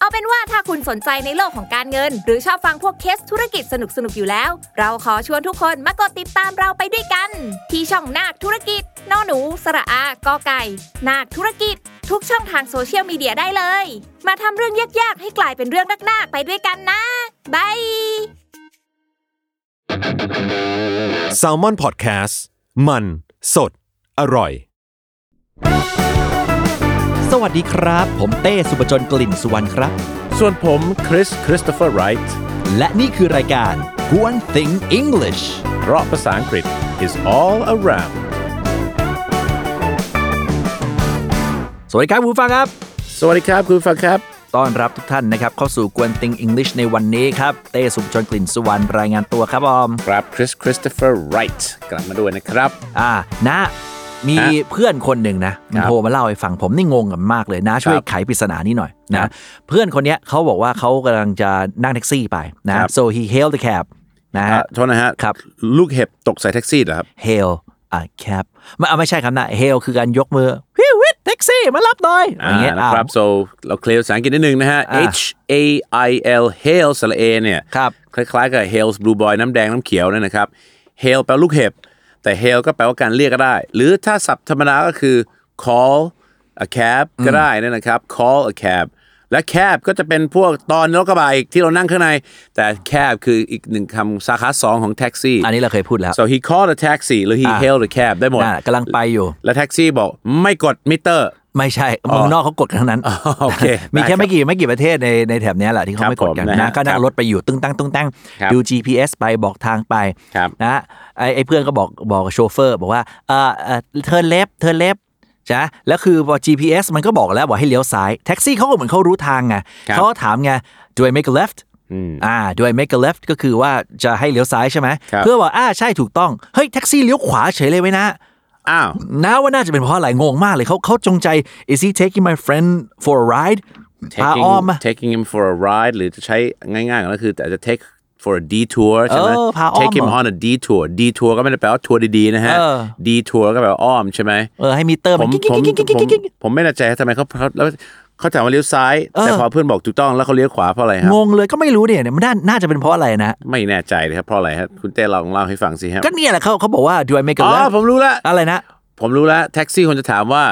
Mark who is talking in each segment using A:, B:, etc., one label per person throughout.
A: เอาเป็นว่าถ้าคุณสนใจในโลกของการเงิน หรือชอบฟังพวกเคสธุรกิจสนุกๆอยู่แล้ว เราขอชวนทุกคนมากดติดตามเราไปด้วยกัน ที่ช่องนาคธุรกิจนอหนู สระอากอไก่ นาคธุรกิจ ทุกช่องทางโซเชียลมีเดียได้เลย มาทำเรื่องยากๆ ให้กลายเป็นเรื่องนักๆไปด้วยกันนะบาย
B: s a l ม o n PODCAST มันสดอร่อย
C: สวัสดีครับ ผมเต้สุปจนกลิ่นสุวรรณครับ
D: ส่วนผมคริสคริสโตเฟอร์ไรท์
C: และนี่คือรายการ g o n Thing English
D: เพราะภาษาอังกฤษ is all around
C: สวัสดีครับคุณผู้ฟังครับ
D: สวัสดีครับคุณผู้ฟังครับ
C: ต้อนรับทุกท่านนะครับ เข้าสู่ g o n Thing English ในวันนี้ครับ เต้สุปจนกลิ่นสุวรรณรายงานตัวครับออม
D: ครับคริสคริสโตเฟอร์ไรท์กลับมาด้วยนะครับ
C: อ่านะมี
D: ฮะ
C: เพื่อนคนหนึ่งนะมัน
D: ครับ
C: โทรมาเล่าให้ฟังผมนี่งงกับมันมากเลยนะ ช่วย
D: ครับ
C: ไขปริศนานี้หน่อย
D: ครั
C: นะ
D: บ
C: เพื่อนคนเนี้ยเขาบอกว่าเขากำลังจะนั่งแท็กซี่ไปนะ
D: ครับ
C: so he hailed the cab นะฮะ
D: อ่ะโทษนะฮะ
C: ครับ
D: ลูกเห็บตกใส่แท็กซี่เหรอครับ
C: hail a cab ไม่ไม่ใช่ครับนะ hail คือการยกมือฮิวิทแท็กซี่มารับหน่อยอะไรเงี้ย
D: นะครั
C: อ้าว
D: บ so เราเคลียร์ภาษาอังกฤษนิดนึงนะฮะ
C: อ่า
D: H A I L hail สระเอเนี่ย
C: ครับ
D: คล้ายๆกับ hail's blue boy น้ำแดงน้ำเขียวเนี่ยนะครับ hail แปลว่าลูกเห็บ แต่ hail ก็แปลว่าการเรียกก็ได้ หรือถ้าศัพท์ธรรมดาก็คือ call a cab ก็ได้เนยนะครับ call a cab และ cab ก็จะเป็นพวกตอนรถกระบะอีกที่เรานั่งข้างใน แต่ cab คืออีกหนึ่งคำสาขาสองของแท็กซี่
C: อันนี้เราเคยพูดแล้ว
D: so he called a taxi หรือ he
C: อ่า
D: hailed a cab ได้หมด
C: น่ะกำลังไปอยู่
D: และแท็กซี่บอกไม่กดมิเตอร์
C: ไม่ใช่เมืองนอกเขากดกันทั้งนั้น
D: อ๋อโอเค
C: มี
D: ได้ครั
C: แค่
D: บ
C: ไม่กี่ไม่กี่ประเทศในในแถบเนี้ยแหละที่เขา
D: ครับ
C: ไม่กดกัน
D: ผมนะฮะ
C: นะก็นั่
D: ครั
C: ง
D: บ
C: รถไปอยู่ตึ้งตั้งตุ้งตั้ง
D: ครับ
C: ดู GPS ไปบอกทางไป
D: ครับ
C: นะไอไอเพื่อนก็บอกบอกโชเฟอร์ บอกว่าเออเออเทิร์นเลฟเทิร์นเลฟจ้ะแล้วคือพอ GPS มันก็บอกแล้วบอกให้เลี้ยวซ้ายแท็กซี่เขาก็เหมือนเขารู้ทางไง
D: ครับ
C: เขาก็ถามไง do I make a left
D: อืม
C: อ่า do I make a left ก็คือว่าจะให้เลี้ยวซ้ายใช่ไหม
D: ครับ
C: เพื่อนบอกอ่าใช่ถูกต้องเฮ้ยแท็กซี่เลี้ยวขวาเฉยเลยไว้ยนะ
D: อ้าว
C: น้าว่าน่าจะเป็นเพราะอะไรงงมากเลยเขาเขาจงใจ is he taking my friend for a ride พา
D: taking
C: อ้อมมา
D: taking him for a ride หรือจะใช้ง่ายๆก็คือแต่จะ take for a detour ใช่ไหม
C: เออพาอ้อม
D: take him on a detour detour ก็ไม่ได้แปลว่าทัวร์ดีๆนะฮะ
C: เออ
D: detour ก็แปลว่าอ้อมใช่ไหม
C: เออให้มิเตอร์
D: ผ
C: มัน
D: ม
C: กิ๊ก
D: ผม
C: กิ๊กกิ๊ก
D: ผม
C: กิ๊กกิ๊ก
D: ผมไม่แน่ใจทำไมเขาเขาแล้วเขาถามว่าเลี้ยวซ้าย
C: เออ
D: แต่พอเพื่อนบอกถูกต้องแล้วเขาเลี้ยวขวาเพราะอะไรฮะ
C: งงเลยก็ไม่รู้เนี่ยเนี่ยมันน่าน่าจะเป็นเพราะอะไรนะ
D: ไม่แน่ใจเลยครับเพราะอะไรฮะคุณเต้ลองเล่าให้ฟังสิฮะ
C: ก็เนี่ยแหละเขาเขาบอกว่า do I make a
D: อ๋อ
C: left
D: ผมรู้ละ
C: อะไรนะ
D: ผมรู้ละแท็กซี่คนจะถามว่า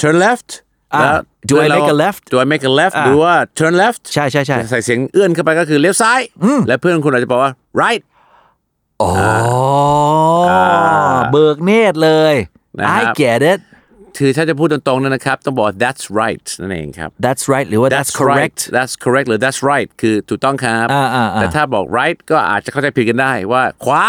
D: turn left
C: อ่า
D: แล้ว
C: do I make a left
D: do I make a left
C: อ่า
D: หรือว่า turn left
C: ใช่ใช่ใช่
D: ใส่เสียงเอื้อนเข้าไปก็คือเลี้ยวซ้าย และเพื่อนคุณอาจจะบอกว่า right
C: อ๋ออา เบิกเนตรเลย
D: นะครับ
C: I get it
D: คือถ้าจะพูดตรงๆเนี่ยนะครับ ต้องบอกว่า that's right นั่นเองครับ
C: that's right หรือว่า that's correct
D: right. that's correct หรือ that's right คือถูกต้องครับ
C: อ่าอ่าอ่า
D: แต่ถ้าบอก right ก็อาจจะเข้าใจผิดกันได้ว่าขวา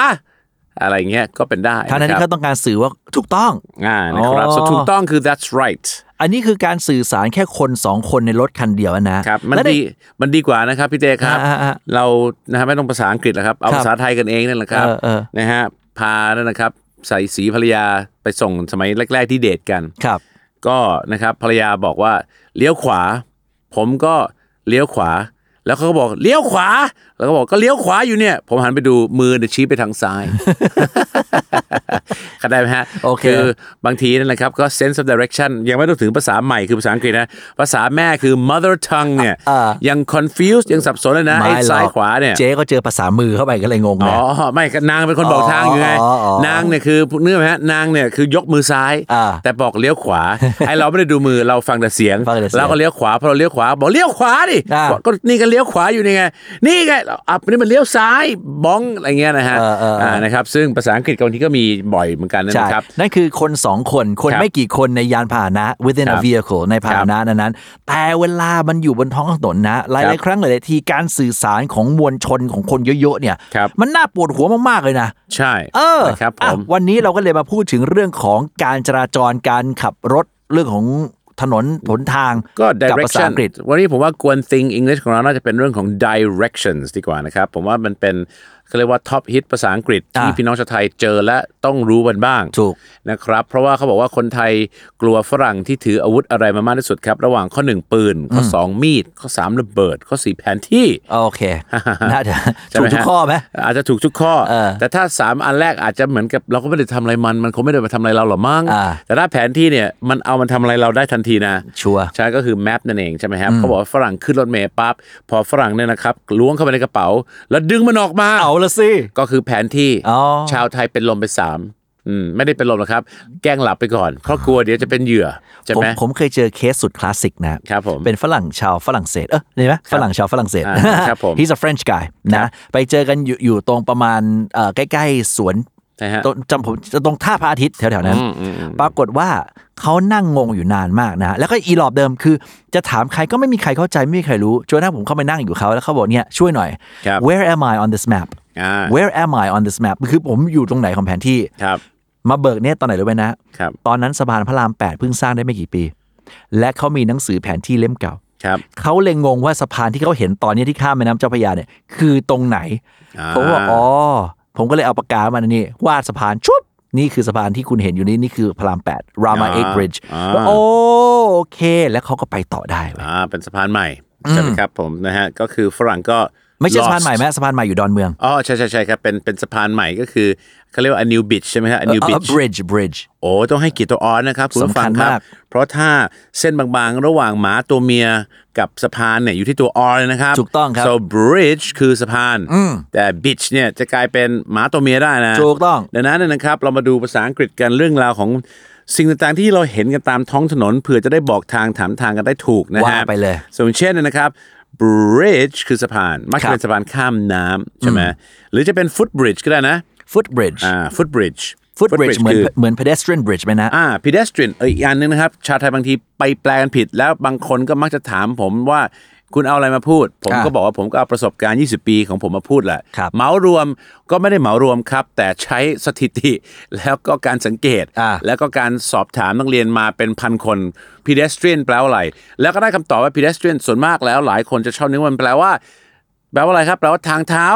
D: อะไรเงี้ยก็เป็นได้
C: ทั้งนั้นที่
D: นะครั
C: เขา
D: บ
C: ต้องการสื่อว่าถูกต้อง
D: อ่านะครับ
C: อ๋อ
D: ส่วนถูกต้องคือ that's right
C: อันนี้คือการสื่อสารแค่คนสองคนในรถคันเดียวนะครับ
D: มัน
C: และใน
D: ดีมันดีกว่านะครับพี่เจครับ
C: อ่าอ่า
D: เรานะฮะไม่ต้องภาษาอังกฤษแล้วครับ เอา
C: ครับ
D: ภาษาไทยกันเองนั่นแหละครับ
C: เออเออ
D: นะฮะพานั่นนะครับใส่สีภรรยาไปส่งสมัยแรก ๆ ที่เดทกัน
C: ครับ
D: ก็นะครับภรรยาบอกว่าเลี้ยวขวา ผมก็เลี้ยวขวา แล้วเขาก็บอกเลี้ยวขวา แล้วก็บอกก็เลี้ยวขวาอยู่เนี่ย ผมหันไปดูมือเนี่ยชี้ไปทางซ้าย เข้าใจไหมฮะ
C: โอเค
D: คือบางทีนั่นนะครับก็ sense of direction ยังไม่ต้องถึงภาษาใหม่คือภาษาอังกฤษนะ ภาษาแม่คือ mother tongue เนี่ยยัง confused ยังสับสนเลยนะไอ้
C: ไม่หร
D: ซ้า
C: อย ก
D: ขวาเนี่ย
C: เจ๊ก็เจอภาษามือเข้าไปก็เลยงง
D: อ๋
C: นะ
D: อไม่ก็นางเป็นคนบอกทางอยู่ไง
C: อ๋ออ๋ออ๋อน
D: างเนี่ยคือเนื้อไหมฮะนางเนี่ยคือยกมือซ้าย
C: อ่า
D: แต่บอกเลี้ยวข วา ไอเราไม่ได้ดูมือเราฟังแต่เสียง
C: ฟังแต่เสียง
D: เราก็เลี้ยวขวาพอเราเลี้ยวขวาบอกเลี้ยวขวาดิ
C: อ่า
D: บอกก็นี่ก็เลี้ยวขวาอยู่นี่ไงนี่ไงเราอับนี่มันเลี้ยวซ้ายบ้องอะไรเงี้ยนะฮะ
C: เออเออเอออ่
D: นะครับซึ่งภาษาอังกฤษกับบางทีก็มีบ่อยเหมือนกันนะ
C: ใช่
D: ครับ
C: นั่นคือคนสองคนคน
D: ครับ
C: ไม่กี่คนในยานพาหนะ within
D: ครั
C: a
D: บ
C: vehicle ในพาหนะนั้นๆแต่เวลามันอยู่บนท้องถนนนะ หลายๆครั้งหลายๆทีการสื่อสารของมวลชนของคนเยอะๆเนี่ย
D: ครับ
C: มันน่าปวดหัวมากๆเลยนะ
D: ใช่
C: เออ
D: นะครับผ
C: อ่ะ
D: ม
C: วันนี้เราก็เลยมาพูดถึงเรื่องของการจราจรการขับรถเรื่องของถนนหนทาง
D: ก็
C: กับภาษา
D: direction
C: อังกฤษ
D: วันนี้ผมว่ากวน thing English ของเราน่าจะเป็นเรื่องของ directions ดีกว่านะครับ ผมว่ามันเป็น เขาเรียกว่าท็อปฮิตภาษาอังกฤษที่
C: อ่า
D: พี่น้องชาวไทยเจอและต้องรู้กันบ้าง
C: ถูก
D: นะครับเพราะว่าเขาบอกว่าคนไทยกลัวฝรั่งที่ถืออาวุธอะไรมามากที่สุดครับ ระหว่างข้อ 1 ปืน ข้อ 2 มีด ข้อ 3 ระเบิด ข้อ 4 แผนที่
C: โอเค น่าจะ
D: ใช่
C: ถู
D: ไหม
C: ก
D: ฮะ
C: ทุกข้อไหม
D: อาจจะถูกทุกข้อ
C: เออ
D: แต่ถ้า 3 อันแรกอาจจะเหมือนกับเราก็ไม่ได้ทำอะไรมัน มันคงไม่ได้มาทำอะไรเราหรอกมั้ง
C: อ่า
D: แต่ถ้าแผนที่เนี่ยมันเอามันทำอะไรเราได้ทันทีนะ
C: ชัวร์
D: ใช่ก็คือแมปนั่นเองใช่ไหมครับเขาบอกว่าฝรั่งขึ้นรถเมล์ปั๊บพอฝรั่งเนี่ยนะครับล้วงเข้าไปในกระเป๋า แล้วดึงมันออกมา
C: เอาละสิ
D: ก็คือแผนที่
C: อ๋อ
D: ชาวไทยเป็นลมไปสามอืมไม่ได้เป็นลมหรอกครับ แกล้งหลับไปก่อนเพราะกลัวเดี๋ยวจะเป็นเหยื่อใช่
C: ผม
D: ไหม
C: ผมเคยเจอเคสสุดคลาสสิกนะ
D: ครับผม
C: เป็นฝรั่งชาวฝรั่งเศส เออเห็นไหมฝรั่งชาวฝรั่งเศส
D: อ่าครับผม
C: he's a French guy นะ ไปเจอกันอยู่อยู่ตรงประมาณเอ่อใกล้ ๆ สวน
D: นะฮะ
C: ตรงจำผมตรงท่าพระอาทิตย์แถว ๆ นั้น
D: อืมอืมอืม
C: ปรากฏว่าเขานั่งงงอยู่นานมากนะ แล้วก็อีหลอบเดิมคือ จะถามใครก็ไม่มีใครเข้าใจ ไม่มีใครรู้จนกระทั่งผมเข้าไปนั่งอยู่เขาแล้วเขาบอกเนี่ยช่วยหน่อย
D: ครับ
C: where am I on this map
D: อ่า
C: where am I on this map คือผมอยู่ตรงไหนของแผนที่
D: ครับ
C: มาเบิกเนี่ยตอนไหนรู้ไหมนะ
D: ครับ
C: ตอนนั้นสะพานพระราม 8 เพิ่งสร้างได้ไม่กี่ปี และเขามีหนังสือแผนที่เล่มเก่า
D: ครับ
C: เขาเลยงงว่าสะพานที่เขาเห็นตอนเนี้ยที่ข้ามแม่น้ำเจ้าพระยาเนี่ยคือตรงไหน
D: อ่า
C: ผมบอกอ๋อ ผมก็เลยเอาปากกามานี่วาดสะพานชุบนี่คือสะพานที่คุณเห็นอยู่นี่ นี่คือพระราม 8 Rama 8 Bridge
D: อ่า
C: แล้วโอเค แล้วเขาก็ไปต่อได้เว้ย
D: อ่าเป็นสะพานใหม่ใช่ไหม
C: อืม
D: ครับผมนะฮะก็คือฝรั่งก็
C: ไม่ใช่
D: lost
C: สะพานใหม่ไหมสะพานใหม่อยู่ดอนเมือง
D: อ๋อใช่ใช่ใช่ครับเป็นเป็นสะพานใหม่ก็คือเขาเรียกว่า a new beach ใช่ไหมฮะ a
C: เอ่อ
D: new
C: เอ่อ
D: beach
C: bridge bridge
D: โอ้ต้องให้เกียรติตัวออนนะครับคุณผู้ฟัง
C: สำคัญ
D: ครั
C: มา
D: บ
C: ก
D: เพราะถ้าเส้นบางๆ ระหว่างหมาตัวเมียกับสะพานเนี่ยอยู่ที่ตัวออนนะครับ
C: ถูกต้องครับ
D: so bridge คือสะพาน แต่ beach เนี่ยจะกลายเป็นหมาตัวเมียได้นะ
C: ถูกต้อง
D: ดังนั้นเนยนะครับเรามาดูภาษาอังกฤษกันเรื่องราวของสิ่งต่างๆ ที่เราเห็นกันตามท้องถนนเผื่อจะได้บอกทางถามทางกันได้ถูกนะ
C: ว่า
D: ฮะ
C: ไปเลย
D: ส่วนเช่นนะครับ bridge คือสะพาน มัก
C: ครับ
D: จะเป็นสะพานข้ามน้ำใช่ไหมหรือจะเป็น footbridge ก็ได้นะ
C: foot bridge
D: อ่า footbridge
C: foot bridge เหมือน
D: คือ
C: เหมือน pedestrian bridge ไหมนะ
D: อ่า pedestrian เอออีกอันนึงนะครับ ชาวไทยบางทีไปแปลกันผิด แล้วบางคนก็มักจะถามผมว่าคุณเอาอะไรมาพูด ผมก็
C: อ่า
D: บอกว่าผมก็เอาประสบการณ์ 20 ปีของผมมาพูดแหละ
C: ครับ
D: เหมารวมก็ไม่ได้เหมารวมครับ แต่ใช้สถิติ แล้วก็การสังเกต
C: อ่า
D: แล้วก็การสอบถามนักเรียนมาเป็นพันคน pedestrian แปลว่าอะไร แล้วก็ได้คำตอบว่า pedestrian ส่วนมากแล้วหลายคนจะชอบนึกว่ามันแปลว่า แปลว่าอะไรครับ แปลว่าทางเท้า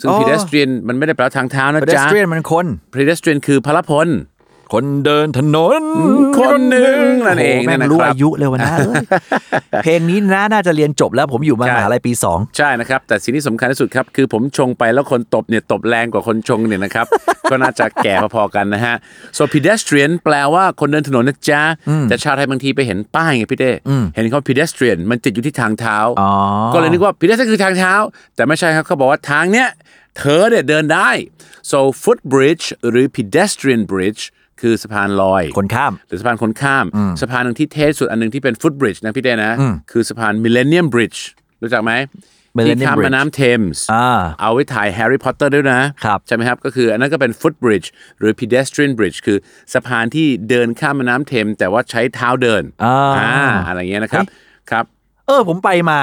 D: ซึ่ง
C: อ๋อ
D: pedestrian มันไม่ได้แปลว่าทางเท้านะจ๊ะ
C: pedestrian มันคน
D: pedestrian คือพลพล
C: คนเดินถนน
D: คนหนึ่งนั่นเอง
C: โโหแม่ง
D: นะครับ
C: รู้อายุเลยวะนะเอ้ย เพลงนี้นะน่าจะเรียนจบแล้วผมอยู่มา
D: ใช่
C: มหาลัยปีสอง
D: ใช่นะครับ แต่สิ่งที่สำคัญที่สุดครับ คือผมชงไปแล้วคนตบเนี่ย ตบแรงกว่าคนชงเนี่ยนะครับ ก็น่าจะแก่พอๆกันนะฮะ so pedestrian แปลว่าคนเดินถนนนะจ๊ะ แต่ชาวไทยบางทีไปเห็นป้ายไงพี่เต้เห็นเขา pedestrian มันติดอยู่ที่ทางเท้า
C: อ๋อ
D: ก็เลยนึกว่า pedestrian คือทางเท้า แต่ไม่ใช่ครับเขาบอกว่าทางเนี้ยเธอเนี่ยเดินได้ so footbridge หรือ pedestrian bridge คือสะพานลอย
C: คนข้าม
D: หรือสะพานคนข้าม สะพานหนึ่งที่เทสสุดอันหนึ่งที่เป็นฟุตบริดจ์นะพี่เต้นะ คือสะพานมิเลเนียมบริดจ์รู้จักไหม
C: Millennium
D: ที่ข้าม
C: Bridge
D: แม่น้ำเทมส์
C: อ่า
D: เอาไว้ถ่ายแฮร์รี่พอตเตอร์ด้วยนะ
C: ครับ
D: ใช่ไหมครับ ก็คืออันนั้นก็เป็นฟุตบริดจ์หรือ pedestrian bridge คือสะพานที่เดินข้ามแม่น้ำเทมส์แต่ว่าใช้เท้าเดิน
C: อ่า
D: อะไรเงี้ยนะครับครับ
C: เออผมไปมา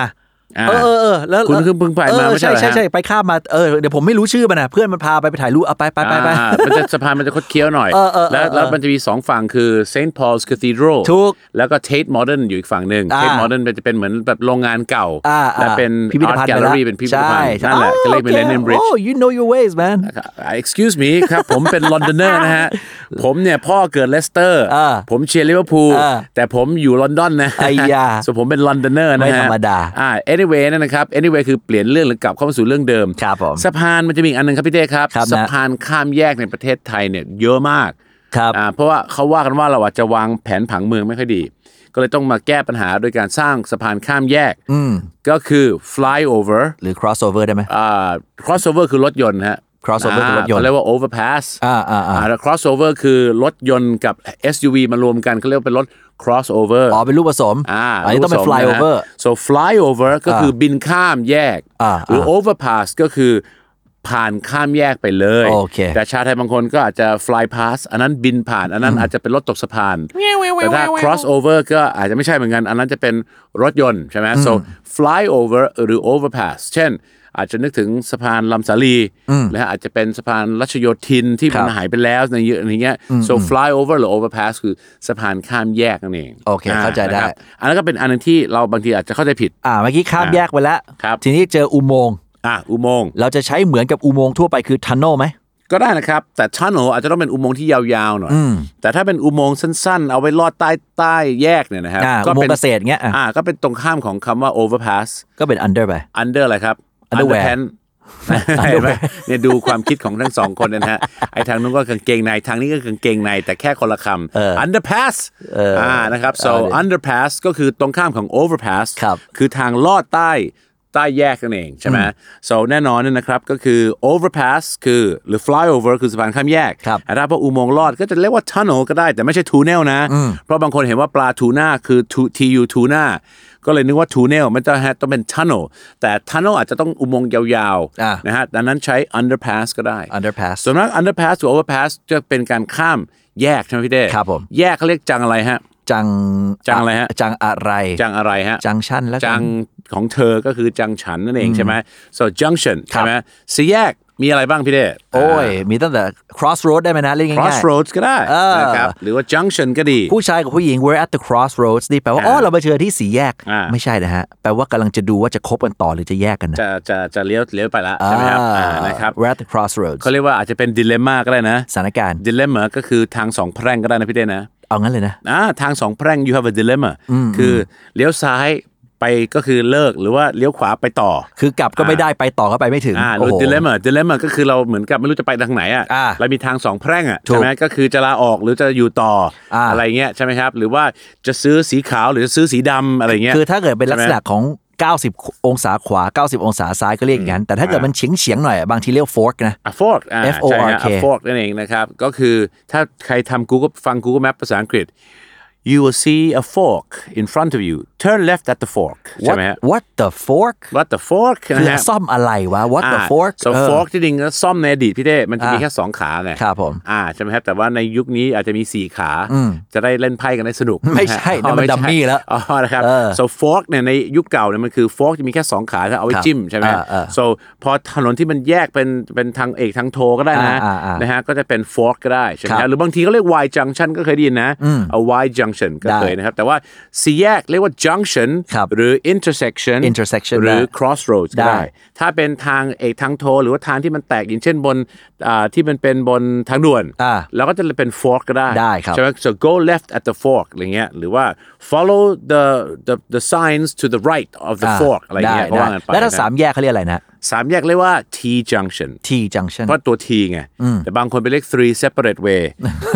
D: อ่า
C: เออเออเออแล้ว
D: คุณเพิ่งเพิ่งไปมา
C: เออ
D: ไม่ใช่
C: ใช่
D: เหรอฮะ
C: ใช่ใช่ไปข้ามมาเออเดี๋ยวผมไม่รู้ชื่อมันนะเพื่อนมันพาไปไปถ่ายรูปเอาไปไปไปไป
D: อ่ามันจะสะพานมันจะคดเคี้ยวหน่อย
C: เออเออเออ
D: แล้วแล้วมันจะมีสองฝั่งคือ St. Paul's Cathedral
C: ถูก
D: แล้วก็ Tate Modern อยู่อีกฝั่งหนึ่ง
C: อ่า
D: Tate Modern มันจะเป็นเหมือนแบบโรงงานเก่า
C: อ่าอ่า
D: และเป็น
C: พิพิธ
D: Art
C: ภัณฑ์
D: Gallery
C: ไปะ
D: เป็นพิพิธภัณฑ์
C: ใช่
D: นั่นแหละก็เลย
C: โอ
D: เป็น Millennium Bridge
C: โอ้ you know your ways man
D: อ่า excuse me ครับ ผมเป็น Londoner นะ ฮะ ผมเนี่ย พ่อเกิดเลสเตอร์
C: อ่า
D: ผมเชียร์ลิเวอร์พูล
C: อ่า
D: แต่ผมอยู่ลอนดอนนะ
C: ไอ้ยา
D: ส่วนผมเป็น Londoner นะฮะ
C: ไม่ธรรมดา
D: อ่า anyway นั่นนะครับ anyway คือเปลี่ยนเรื่องหรือกลับเข้ามาสู่เรื่องเดิม
C: ครับผม
D: สะพานมันจะมีอีกอันหนึงครับพี่เต้ครับ
C: ครับนะ
D: สะพานข้ามแยกในประเทศไทยเนี่ยเยอะมาก
C: ครับ
D: อ่าเพราะว่าเขาว่ากันว่าเราอาจจะวางแผนผังเมืองไม่ค่อยดี ก็เลยต้องมาแก้ปัญหาโดยการสร้างสะพานข้ามแยก
C: อืม
D: ก็คือ flyover
C: หรือ crossover ได้ไหม
D: อ่า crossover คือรถยนต์ฮะ
C: crossover คือรถยนต์
D: าเขาเรียกว่า overpass
C: อ่าอ่าอ่า
D: อ่าแล้ว crossover คือรถยนต์กับ SUV มารวมกันเขาเรียกว่าเป็นรถ crossover
C: อ๋อเป็นรูปผสม
D: อ่า
C: อันนี้ต้องเป็น
D: ผสมะฮะ
C: flyover
D: so flyover ก็คือบินข้ามแยก
C: อ่า
D: หรือ overpass ก็คือผ่านข้ามแยกไปเลย
C: โอเค
D: แต่ชาวไทยบางคนก็อาจจะ fly pass อันนั้นบินผ่าน อันนั้นอาจจะเป็นรถตกสะพาน แต่ถ้า crossover ก็อาจจะไม่ใช่เหมือนกัน อันนั้นจะเป็นรถยนต์ใช่ไหม so flyover หรือ overpass เช่น อาจจะนึกถึงสะพานลำสาลีนะฮะอาจจะเป็นสะพานรัชโยธินที่มันหายไปแล้วในเยอะอย่างเงี้ย so flyover หรือ overpass คือสะพานข้ามแยกนั่นเอง
C: โอเคเข้าใจได้
D: นะครับอันนั้นก็เป็นอันหนึงที่เราบางทีอาจจะเข้าใจผิด
C: อ่าเมื่อกี้ข้าม
D: อ่า
C: แยกไปแล้ว
D: ครับ
C: ทีนี้เจออุโมงค์
D: อ่ะอุโมงค์
C: เราจะใช้เหมือนกับอุโมงค์ทั่วไปคือทันโนไหม
D: ก็ได้นะครับ แต่ชันโหอาจจะต้องเป็นอุโมงค์ที่ยาวๆหน่อย
C: อืม
D: แต่ถ้าเป็นอุโมงค์สั้นๆ เอาไว้ลอดใต้ใต้แยกเนี่ยนะครับ
C: อ่า
D: ก็
C: อุโมง
D: เป็น
C: ค์เกษตรเงี้ยอ่ะ
D: อ่าก็เป็นตรงข้ามของคำว่า overpass
C: ก็เป็น under ไป
D: under อะไรครับ
C: Underwear
D: Underpants เห็นไหม เนี่ยดูความคิดของทั้งสองคนนะฮะไอ้ทางนู้นก็กางเกงในทางนี้ก็กางเกงในแต่แค่คนละคำ underpass อ่านะครับ so
C: เอาดิ
D: underpass ก็คือตรงข้ามของ overpass
C: ครับ
D: คือทางลอดใต้ใต้แยกนั่นเองใช่ไหม so แน่นอนเนี่ยนะครับก็คือ overpass คือหรือ flyover คือสะพานข้ามแยก
C: ครับ
D: แต่ถ้าพวกอุโมงค์ลอดก็จะเรียกว่า tunnel ก็ได้ แต่ไม่ใช่ tunnel นะ เพราะบางคนเห็นว่าปลาทูน่าคือ tu- tu tuna ก็เลยนึกว่า tunnel มันจะต้องเป็น tunnel แต่ tunnel อาจจะต้องอุโมงค์ยาว
C: อ่ะ
D: ๆนะฮะดังนั้นใช้ underpass ก็ได้
C: underpass
D: ส่วนมาก underpass หรือ overpass จะเป็นการข้ามแยกใช่ไหมพี่เต้
C: ครับผม
D: แยกเขาเรียกจังอะไรฮะ
C: จัง
D: จังอะไรฮะ
C: จังอะไร
D: จังอะไรฮะ
C: junction แล้วกัน
D: จังของเธอก็คือจังฉันนั่นเองใช่ไหม so junction
C: ครั
D: ใช่
C: บ
D: ไหมสี่แยกมีอะไรบ้างพี่เด้
C: โอ้ย มีตั้งแต่ crossroad ได้ไหมนะเล่น
D: อ่า
C: ง่ายๆ
D: crossroads ก็ได้
C: เออ
D: นะครับหรือว่า junction ก็ดี
C: ผู้ชายกับผู้หญิง we're at the crossroads นี่แปลว่า
D: อ่า
C: อ๋อเรามาเจอที่สี่แยก
D: อ่า
C: ไม่ใช่นะฮะ แปลว่ากำลังจะดูว่าจะคบกันต่อหรือจะแยกกันนะ
D: จะจะจะเลี้ยวเลี้ยวไปละใช่ไหมครับอ่านะครับ
C: อ่า we're at the crossroads
D: เขาเรียกว่าอาจจะเป็นดิเล m ม่าก็ได้นะ
C: สถานการณ์
D: ดิเล m ม่าก็คือทางสองแพร่งก็ได้นะพี่เต้นะ
C: เอางั้นเลยนะ
D: อ่าทางสองแพร่ง you have a dilemma คือเลี้ยวซ้ายไปก็คือเลิกหรือว่าเลี้ยวขวาไปต่อ
C: คือกลับก็ไม่ได้ไปต่อก็ไปไม่ถึง
D: อ่า
C: โอ้
D: รู้
C: โห
D: ดิเลม่าดิเลม่าก็คือเราเหมือนกับไม่รู้จะไปทางไหนอ่ะ
C: อ่า
D: เรามีทางสองแพร่งอ่ะ
C: ถูก
D: ใช่ไหมก็คือจะลาออกหรือจะอยู่ต่ออา อะไรเงี้ยใช่ไหมครับ หรือว่าจะซื้อสีขาวหรือจะซื้อสีดำอะไรเงี้ย
C: คือถ้าเกิดเป็นลักษณะ
D: ใช่ไหม
C: ของ 90 องศาขวา 90 องศาซ้ายก็เรียกอย่างนั้น แต่ถ้าเกิดมันเฉียงเฉียงๆหน่อยอะบางทีเรียก fork นะ
D: a f f o r d อ่า
C: F O R K
D: ใช่ฮะ afford นั่นเองนะครับ ก็คือถ้าใครทำ Google ฟัง Google Map ภาษาอังกฤษ you will see a fork in front of you turn left at the fork ใช่
C: what
D: ไหมฮะ
C: what the fork
D: what the fork
C: คือ
D: นะฮะ
C: ซ่อมอะไรวะ what the
D: อ่า
C: fork
D: so
C: เออ
D: fork ที่จริงก็ซ่อมในอดีตพี่เต้มันจะมี
C: อ่า
D: แค่สองขาไง
C: ครับผม
D: อ่าใช่ไหมครับแต่ว่าในยุคนี้อาจจะมีสี่ขา จะได้เล่นไพ่กันได้สนุก
C: ไม่ใช่นั่นมัน
D: อ๋อไใช่
C: ดัมมี่แล้ว
D: อ๋อนะครับ
C: เออ
D: so fork เนี่ยในยุคเก่าเนี่ยมันคือ fork จะมีแค่สองขาถ้าเอาไว้
C: ครับ
D: จิ้มใช่ไหม
C: อ่าอ่า
D: so พอถนนที่มันแยกเป็นเป็นทางเอกทางโทก็ได้นะ
C: อ่าอ่าอ่าน
D: นะฮะก็จะเป็น fork ก็ได้ใช่ไหม
C: ครั
D: ฮะ
C: บ
D: หรือบางทีก็เรียก y junction ก็เคยได้ยินนะ a y junction ก็
C: ได้
D: เคยนะครับแต่ว่าสี่แยกเรียกว่า junction
C: ครับ
D: หรือ intersection
C: intersection
D: หรือ
C: ได้
D: crossroads ก็
C: ได้
D: ได้ ถ้าเป็นทางเอกทางโทรหรือว่าทางที่มันแตกอย่างเช่นบนอ่าที่มันเป็นบนทางด่วน
C: อ่า
D: เราก็จะเป็น fork ก็ได้
C: ได้ครับ
D: ใช่ไหม so go left at the fork อะไรเงี้ยหรือว่า follow the the the signs to the right of the
C: า
D: fork อะไรเงี้ยก็
C: ด้
D: ว่ากันไป
C: แล้วถ้า
D: นะ
C: สามแยกเขาเรียกอะไรนะ
D: สามแยกเรียกว่า T junction
C: T junction
D: เพราะตัว T ไง แต่บางคนไปเรียก three separate way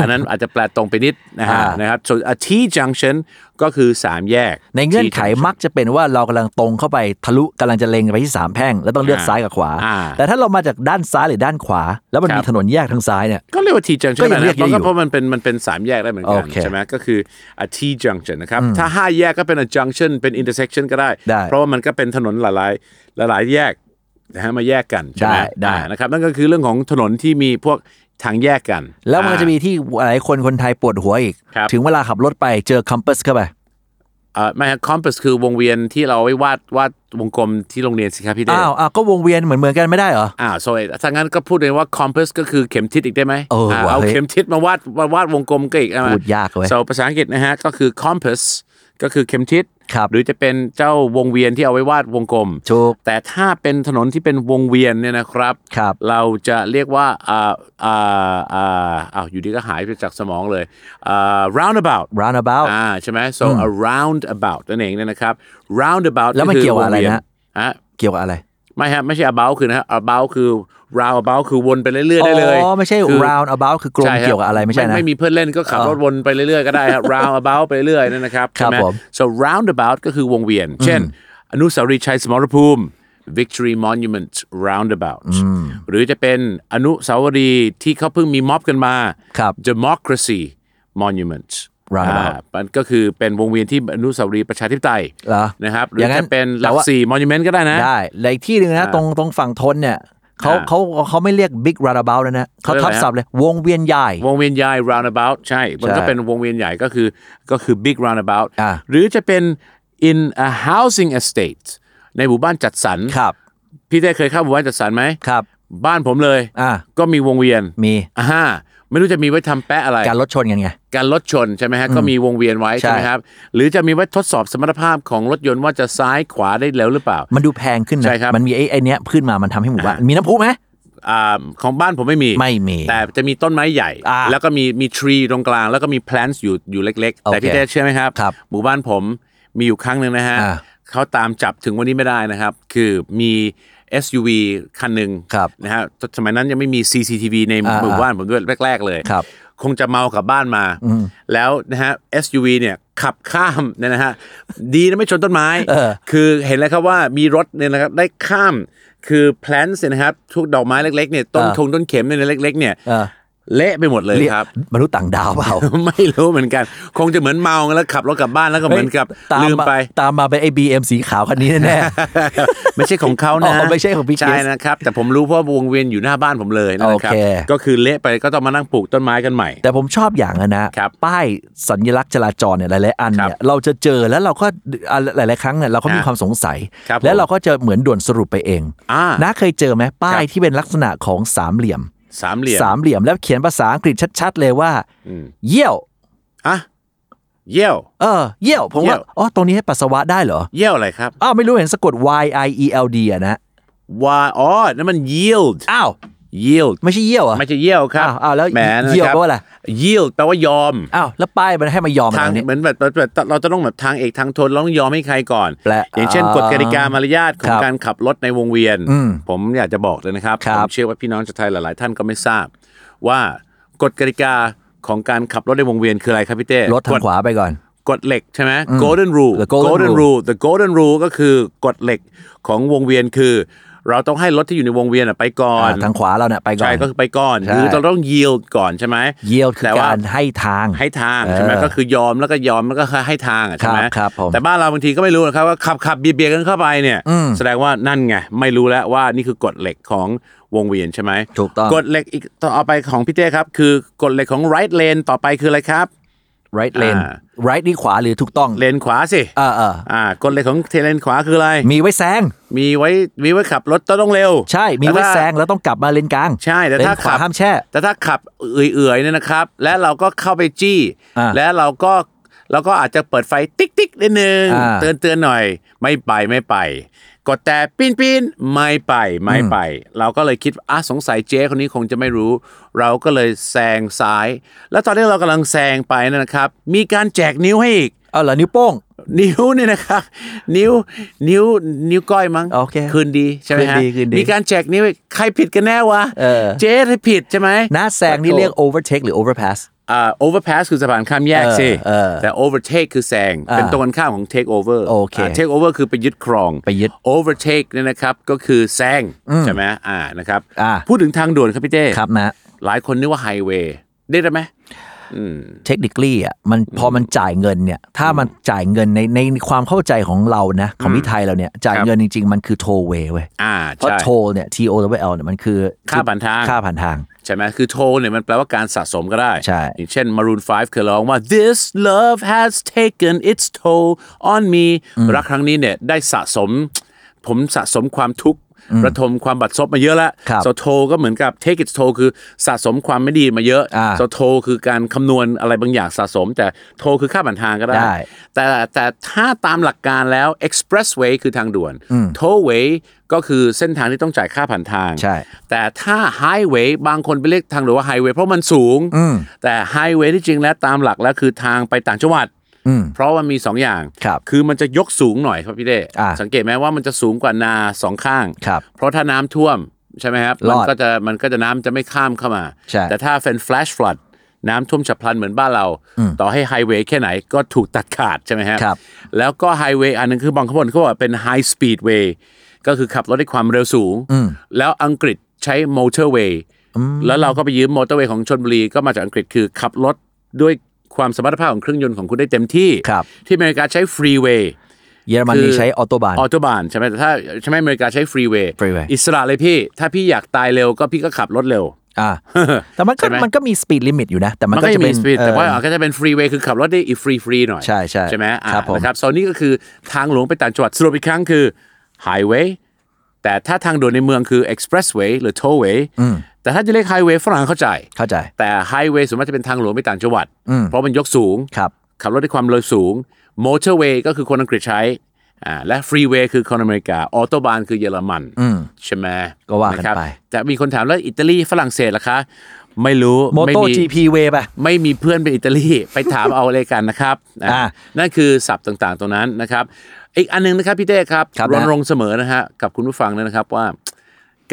D: อันนั้นอาจจะแปลตรงไปนิดนะฮะ
C: อ่าน
D: นะครับ so a T junction ก็คือสามแยก
C: ในเงื่อน
D: T
C: ไข
D: junction
C: มักจะเป็นว่าเรากำลังตรงเข้าไปทะลุกำลังจะเล็งไปที่สามแพร่ง แล้วต้องเลือก
D: อ่า
C: ซ้ายกับขวา
D: อ่า
C: แต่ถ้าเรามาจากด้านซ้ายหรือด้านขวา แล้วมัน
D: ครับ
C: มีถนนแยกทางซ้ายเนี่ย
D: ก็เรียกว่า T junction
C: ก็ยังเรียกได้อยู่
D: นะเพราะมันเป็นมันเป็นสามแยกได้เหมือนกั
C: โอน เค
D: ใช่ไหมก็คือ a T junction นะครับ ถ้าห้าแยกก็เป็น a junction เป็น intersection ก็ได้
C: ได้
D: เพราะว่ามันก็เป็นถนนหลายๆ หลายๆแยกนะฮะมาแยกกันใช่ไหม
C: ได้ได้
D: อ่านะครับนั่นก็คือเรื่องของถนนที่มีพวกทางแยกกัน
C: แล้วมันก็
D: อ่า
C: จะมีที่หลายคนคนไทยปวดหัวอีก
D: ครับ
C: ถึงเวลาขับรถไปเจอ compass เข้าไป
D: อ่าไม่ครับ compass คือวงเวียนที่เราเอาไว้วาดวาดวงกลมที่โรงเรียนสิครับพี่เดช
C: อ้าวอ้าวก็วงเวียนเหมือนเหมือนกันไม่ได้เหรอ
D: อ้าว sorry ถ้างั้นก็พูดเลยว่า compass ก็คือเข็มทิศอีกได้ไหม
C: เออว่ะ
D: าเอา
C: เฮ้ย
D: เข็มทิศมาวาดวาดวาดวงกลมก็อีกอ่ะ
C: พูดยากเว้ย
D: ส so ภาษาอังกฤษนะฮะก็คือ compass ก็คือเข็มทิศ
C: ครับ
D: หรือจะเป็นเจ้าวงเวียนที่เอาไว้วาดวงกลม
C: ถูก
D: แต่ถ้าเป็นถนนที่เป็นวงเวียนเนี่ยนะครับ
C: ครับ
D: เราจะเรียกว่าอ่าอ่าอ่าอ้าวอยู่ดีก็หายไปจากสมองเลยอ่า roundabout
C: roundabout
D: อ่าใช่ไหม so a roundabout นั่นเองเนี่ยนะครับ roundabout
C: แล้วมัน
D: คื
C: เกี่ยวกับอะไรนะ
D: งเยนฮะ
C: เกี่ยวกับอะไร
D: ไม่ฮะไม่ใช่ about คือนะฮะ about คือ roundabout คือวนไปเรื่อยๆได้เลย
C: อ๋อ ไม่ใช่
D: คือ
C: round about คือกลม
D: ใช่ค
C: เกี่ยวกับอะไรไม่ใช่นะ
D: ไม่มีเพื่อนเล่นก็ขับรถวนไปเรื่อยๆก็ได้ครับ roundabout ไปเรื่อยๆนั่นนะครับ
C: ครับ
D: ใช่ไห
C: ผม
D: so roundabout ก็คือวงเวียน เช่น อนุสาวรีย์ชัยสมรภูมิ Victory Monument Roundabout หรือจะเป็นอนุสาวรีย์ที่เขาเพิ่งมีม็อบกันมา
C: ครับ
D: Democracy Monument
C: Roundabout
D: อ่ามันก็คือเป็นวงเวียนที่อนุสาวรีย์ประชาธิปไตย
C: เหรอ
D: นะครับหรื
C: ย่า
D: อง
C: นั้
D: จะ
C: น
D: เป็นหลั
C: แต่
D: ก
C: ว่า
D: สี่ Monument ก็ได้นะ
C: ได้และอีกที่หนึ่งนะ ตรงตรงฝั่งทนเนี่ยเขา
D: อ่า
C: เขาเขาไม่เรียก big roundabout แล้วนะเขา
D: เขาเรียก
C: ทับ
D: อะไรฮะ
C: ศัพท์เลย วงเวียนใหญ่
D: วงเวียนใหญ่ roundabout ใช่ มันก็
C: ใช่
D: เป็นวงเวียนใหญ่ก็คือก็คือ big roundabout
C: อ่ะ
D: หรือจะเป็น in a housing estate ในหมู่บ้านจัดสรร
C: ครับ
D: พี่เต้เคยเข้าหมู่บ้านจัดสรรไหม
C: ครับ
D: บ้านผมเลย
C: อ่ะ
D: ก็มีวงเวียน
C: มี
D: อ่า ไม่รู้จะมีไว้ทำแปะอะไร
C: การรถชนกันไง
D: การลดชนใช่ไหมฮะก็มีวงเวียนไว้
C: ใช่
D: ใช่ไหมครับ หรือจะมีไว้ทดสอบสมรรถภาพของรถยนต์ว่าจะซ้ายขวาได้แล้วหรือเปล่า
C: มันดูแพงขึ้นนะ
D: ใช่ครับ
C: มันมีไอ้ไอ้เนี้ยขึ้นมามันทำให้หมู่บ้านมีน้ำพุไหม
D: อ่าของบ้านผมไม่มี
C: ไม่มี
D: แต่จะมีต้นไม้ใหญ่
C: อ่า
D: แล้วก็มีมีทรีตรงกลาง แล้วก็มีแพลนต์อยู่อยู่เล็ก ๆ แต่พี่
C: โอเค
D: เต้เชื่อไหมครับ
C: ครับ
D: หมู่บ้านผมมีอยู่ครั้งหนึ่งนะฮะ
C: อ่า
D: เขาตามจับถึงวันนี้ไม่ได้นะครับ คือมี SUV คันหนึ่ง
C: ครับ
D: นะฮะสมัยนั้นยังไม่มี CCTV ใน
C: อ่า
D: หมู่บ้านผมด้วยแรก ๆ เลย
C: ครับ
D: คงจะเมากลับบ้านมา แล้วนะฮะ SUV เนี่ยขับข้ามเนี่ยนะฮะดีนะไม่ชนต้นไม้
C: เออ
D: คือเห็นแล้วครับว่ามีรถเนี่ยนะครับได้ข้ามคือแพลนส์เนี่ยนะครับทุกดอกไม้เล็กๆเนี่ยต้น
C: อ่า
D: ธงต้นเข็มเนี่ยเล็ก ๆ เนี่ย
C: เออ
D: เละไปหมดเลย
C: เรียก
D: ครับ
C: มนุษย์ต่างดาวเปล่า
D: ไม่รู้เหมือนกัน คงจะเหมือนเมาแล้วขับรถกลับบ้านแล้วก็เหมือนกับ
C: ตา
D: ลืมไป
C: ตามมาเป็นไอ้บีเอ็มสีขาวคันนี้แน่
D: ไม่ใช่ของเขานะ
C: อ๋อไม่ใช่ของพี่เกส
D: ใช่นะครับ แต่ผมรู้เพราะวงเวียนอยู่หน้าบ้านผมเลยนะครับ
C: โอเค
D: ก็คือเละไปก็ต้องมานั่งปลูกต้นไม้กันใหม่
C: แต่ผมชอบอย่างอะนะ
D: ครับ
C: ป้ายสัญลักษณ์จราจรเนี่ยหลายๆอันเนี่
D: ค
C: ย
D: รับ
C: เราจะเจอแล้วเราก็อ่ะหลายๆครั้งเนี่ยเราก็มี
D: อ่ะ
C: ความสงสัย
D: ครับผม
C: แล้วเราก็จะเหมือนด่วนสรุปไปเอง
D: อ่า
C: นะเคยเจอไหมป้า
D: ครั
C: ย
D: บ
C: ที่เป็นลักษณะของสามเหลี่ยม
D: สามเหลี่ยม
C: สามเหลี่ยมแล้วเขียนภาษาอังกฤษชัดๆเลยว่า
D: อืม
C: เยี่ยว
D: อ่ะเยี่ยว
C: เออ เยี่ยว ผม
D: เยี่
C: ว่า
D: ยว
C: อ๋อตรงนี้ให้ปัสสาวะได้เหรอ
D: เยี่ยวอะไรครับ
C: อ้าวไม่รู้เห็นสะกด y i e l d อะนะ
D: ว่าอ๋อนั่นมัน yield
C: อ้าว
D: yield
C: ไม่ใช่เยี่ยวเหรอะ
D: ไม่ใช่เยี่ยวครับ
C: อ้าวอ้าวแล้ว
D: แหมนะ
C: เยี่ยว
D: ครับ
C: แปลว่าอะไร
D: yield แปลว่ายอม
C: อ้าวแล้วป้ายมันให้มายอม
D: ทาง
C: แบบนี้
D: เหมือนแบบแบบแบบเราจะต้องแบบทางเอกทางทนเราต้องยอมให้ใครก่อน
C: แปล
D: อย่างเช่น
C: อ่าก
D: ฎกติกามารยาทข
C: ค
D: อง
C: รับ
D: การขับรถในวงเวียน
C: อืม
D: ผมอยากจะบอกเลยนะครับ
C: ครั
D: ผ
C: บ
D: มเชื่อว่าพี่น้องชาวไทยหลาย ๆ ท่านก็ไม่ทราบ ว่ากฎกติกาของการขับรถในวงเวียนคืออะไรครับพี่เต้
C: รถทาง
D: กฎ
C: ขวาไปก่อน
D: กฎเหล็กใช่ไหม golden rule
C: The golden
D: rule the golden rule ก็คือกฎเหล็กของวงเวียนคือ เราต้องให้รถที่อยู่ในวงเวียนอะไปก่อน
C: อ่าทางขวาเราเนี่ยไปก่อน
D: ใช่ก็คือไปก่อน
C: ใช่
D: คือเราต้อง yield ก่อนใช่ไหม
C: เยี่ยวคือ
D: แต่ว่
C: การให้ทาง
D: ให้ทางใช่ไหม
C: เออ
D: ก็คือยอมแล้วก็ยอมแล้วก็ให้ทางอะใช่ไหม
C: ครับครับผม
D: แต่บ้านเราบางทีก็ไม่รู้นะครับว่าขับขับเบียดเบียดกันเข้าไปเนี่ย
C: อืม
D: แสดงว่านั่นไงไม่รู้แล้วว่านี่คือกฎเหล็กของวงเวียนใช่ไหม
C: ถูกต้อง
D: กฎเหล็กอีกต่อไปของพี่เต้ครับ คือกฎเหล็กของ right lane ต่อไปคืออะไรครับ
C: right lane
D: อ่า
C: right นี่ขวาหรือถูกต้อง
D: เลนขวาสิ
C: เออเออ
D: อ่ากฎเหล็กของเทเลนขวาคืออะไร
C: มีไว้แซง
D: มีไว้มีไว้ขับรถต้องเร็ว
C: ใช่มีไว้
D: ต่ถ้า
C: แซงแล้วต้องกลับมาเลนกลาง
D: ใช่แต่
C: เล
D: ถ้าน
C: ข
D: ขั
C: วา
D: บ
C: ห้ามแช่
D: แต่ถ้าขับเอื่อยๆเนี่ยนะครับ และเราก็เข้าไปจี้
C: อ่า
D: และเราก็เราก็อาจจะเปิดไฟติ๊กติ๊กนิดนึง
C: อ่า
D: เตือนเตือนหน่อย ไม่ไปไม่ไป กดแต่ปิ้นปิ้นไม่ไปไม่ไป เราก็เลยคิดอ่ะสงสัยเจ๊คนนี้คงจะไม่รู้ เราก็เลยแซงซ้าย แล้วตอนที่เรากำลังแซงไปเนยนะครับ มีการแจกนิ้วให้อีก
C: เอาเหรอนิ้วโป้ง
D: นิ้วเนี่ยนะครับ นิ้วนิ้วนิ้วก้อยมั้ง
C: โอเค
D: คืนดีใช่ไหม
C: คืน
D: ฮะ
C: ดีคืนดี
D: มีการแจกนิ้วอีกใครผิดกันแน่วะ
C: เออ
D: เจ๊ที่ผิดใช่ไหม
C: หน้าแซงนี่เรียก overtake หรือ overpass
D: อ่า overpass คือสะพานข้ามแยกสิ
C: เออเออ
D: แต่ overtake คือแซง
C: อ่า
D: เป็นตรงกันข้ามของ take over
C: โอเค
D: า take over คือไปยึดครอง
C: ไปยึด
D: overtake เนี่ยนะครับก็คือแซง ใช่ไหมอ่านะครับ
C: อ่า
D: พูดถึงทางด่วนครับพี่เต้
C: ครับนะ
D: หลายคนนึกว่าไฮเวย์ได้ไหม
C: เทคนิคลี่อ่ะมันพอมันจ่ายเงินเนี่ยถ้ามันจ่ายเงินในในความเข้าใจของเรานะของพี่ไทยเราเนี่ยจ่าย
D: ครับ
C: เงินจริง ๆ มันคือโทเวเว้ย
D: อ่า
C: เพราะ
D: ใช่
C: โทเนี่ย T O W L เนี่ยมันคือ
D: ค่าผ่านทาง
C: ค่าผ่านทาง
D: ใช่ไหมคือโทเนี่ยมันแปลว่าการสะสมก็ได้
C: ใช่
D: อย่างเช่น Maroon 5 เคยร้องว่า this love has taken its toll on me รักครั้งนี้เนี่ยได้สะสม ผมสะสมความทุกข์ ระทมความบัดซบมาเยอะแล้ว
C: ครับ
D: โซโทก็เหมือนกับ take its toll คือสะสมความไม่ดีมาเยอะ
C: อ่า
D: โซโทคือการคำนวณอะไรบางอย่างสะสม แต่โทคือค่าผ่านทางก็ได้
C: ได้
D: แต่แต่ถ้าตามหลักการแล้ว expressway คือทางด่วน tollway ก็คือเส้นทางที่ต้องจ่ายค่าผ่านทาง
C: ใช่
D: แต่ถ้าไฮเวย์บางคนไปเรียกทางหรือว่าไฮเวย์เพราะมันสูง แต่ไฮเวย์ที่จริงแล้วตามหลักแล้วคือทางไปต่างจังหวัด
C: อืม
D: เพราะมันมี 2 อย่าง
C: ครับ
D: อมันจะยกสูงหน่อยครับพี่เด้
C: อ่า
D: สังเกตไหมว่ามันจะสูงกว่านาสองข้าง
C: ครับ
D: เพราะถ้าน้ำท่วมใช่ไหมครับ
C: ร
D: มั
C: อด
D: ก็จะมันก็จะน้ำจะไม่ข้ามเข้ามา
C: ใช่
D: แต่ถ้าเป็น flash flood น้ำท่วมฉับพลันเหมือนบ้านเรา ต่อให้ไฮเวย์แค่ไหนก็ถูกตัดขาดใช่ไหมฮะ
C: ครับ
D: แล้วก็ไฮเวย์อันนึงคือบางขบวนเขาบอกว่าเป็นไฮสปีดเวย์ก็คือขับรถด้วยความเร็วสูง แล้วอังกฤษใช้มอเตอร์เวย์แล้วเราก็ไปยืมมอเตอร์เวย์ของชนบุรีก็มาจากอังกฤษคือขับรถด้วยความสมรรถภาพของเครื่องยนต์ของคุณได้เต็มที่
C: ครับ
D: ที่อเมริกาใช้ฟรีเวย์
C: เยอรม
D: คื
C: นี
D: อ
C: ใช้ออโตบาน
D: ออโตบานใช่ไหมแต่ถ้าใช่ไหมอเมริกาใช้ฟรีเวย์
C: freeway
D: อิสระเลยพี่ ถ้าพี่อยากตายเร็วก็พี่ก็ขับรถเร็ว
C: อ่าแต่มันก็
D: ใช่ไหม
C: มันก็มีสปีดลิมิตอยู่นะ แต่มัน
D: มัน
C: ก็
D: ก็
C: จะ
D: จะ
C: เป็
D: มี
C: น
D: สปีด
C: เอ่อ
D: แต่ว่าก็จะเป็นฟรีเวย์คือขับรถได้อีฟรีฟรีหน่อย
C: ใช่ใช่
D: ใช่ไหมอ่า
C: ครับผม
D: นะครับโซนนี้ก็คือทางหลวงไปต่างจังหวัดสรุปอีกครั้งคือไฮเวย์แต่ถ้าทางด่วนในเมืองคือ expressway หรือ tollway แต่ถ้าจะเรียกไฮเวย์ฝรั่งเข้าใจ
C: เข้าใจ
D: แต่ไฮเวย์ส่วนมากจะเป็นทางหลวงไปต่างจังหวัด
C: อืม
D: เพราะมันยกสูง
C: ครับ
D: ขับรถด้วยความเร็วสูง มอเตอร์เวย์ก็คือคนอังกฤษใช้อ่าและฟรีเวย์คือคนอเมริกา ออโตบานคือเยอรมัน
C: อืม
D: ใช่ไหม
C: ก็ว่ากันะครับ ไป
D: แต่มีคนถามแล้วอิตาลีฝรั่งเศสล่ะคะ ไม่รู้
C: โม
D: ไม่
C: โต
D: มี
C: GP เวป่ะ
D: ไม่มีเพื่อนเป็นอิตาลี ไปถามเอาเลยกันนะครับอ่ะ
C: อ่า
D: นั่นคือศัพท์ต่างๆตรงนั้นนะครับ อีกอันหนึงนะครับพี่เต้ครับ
C: ครับ
D: รณรงค์เสมอนะฮะกับคุณผู้ฟังเลยนะครับว่า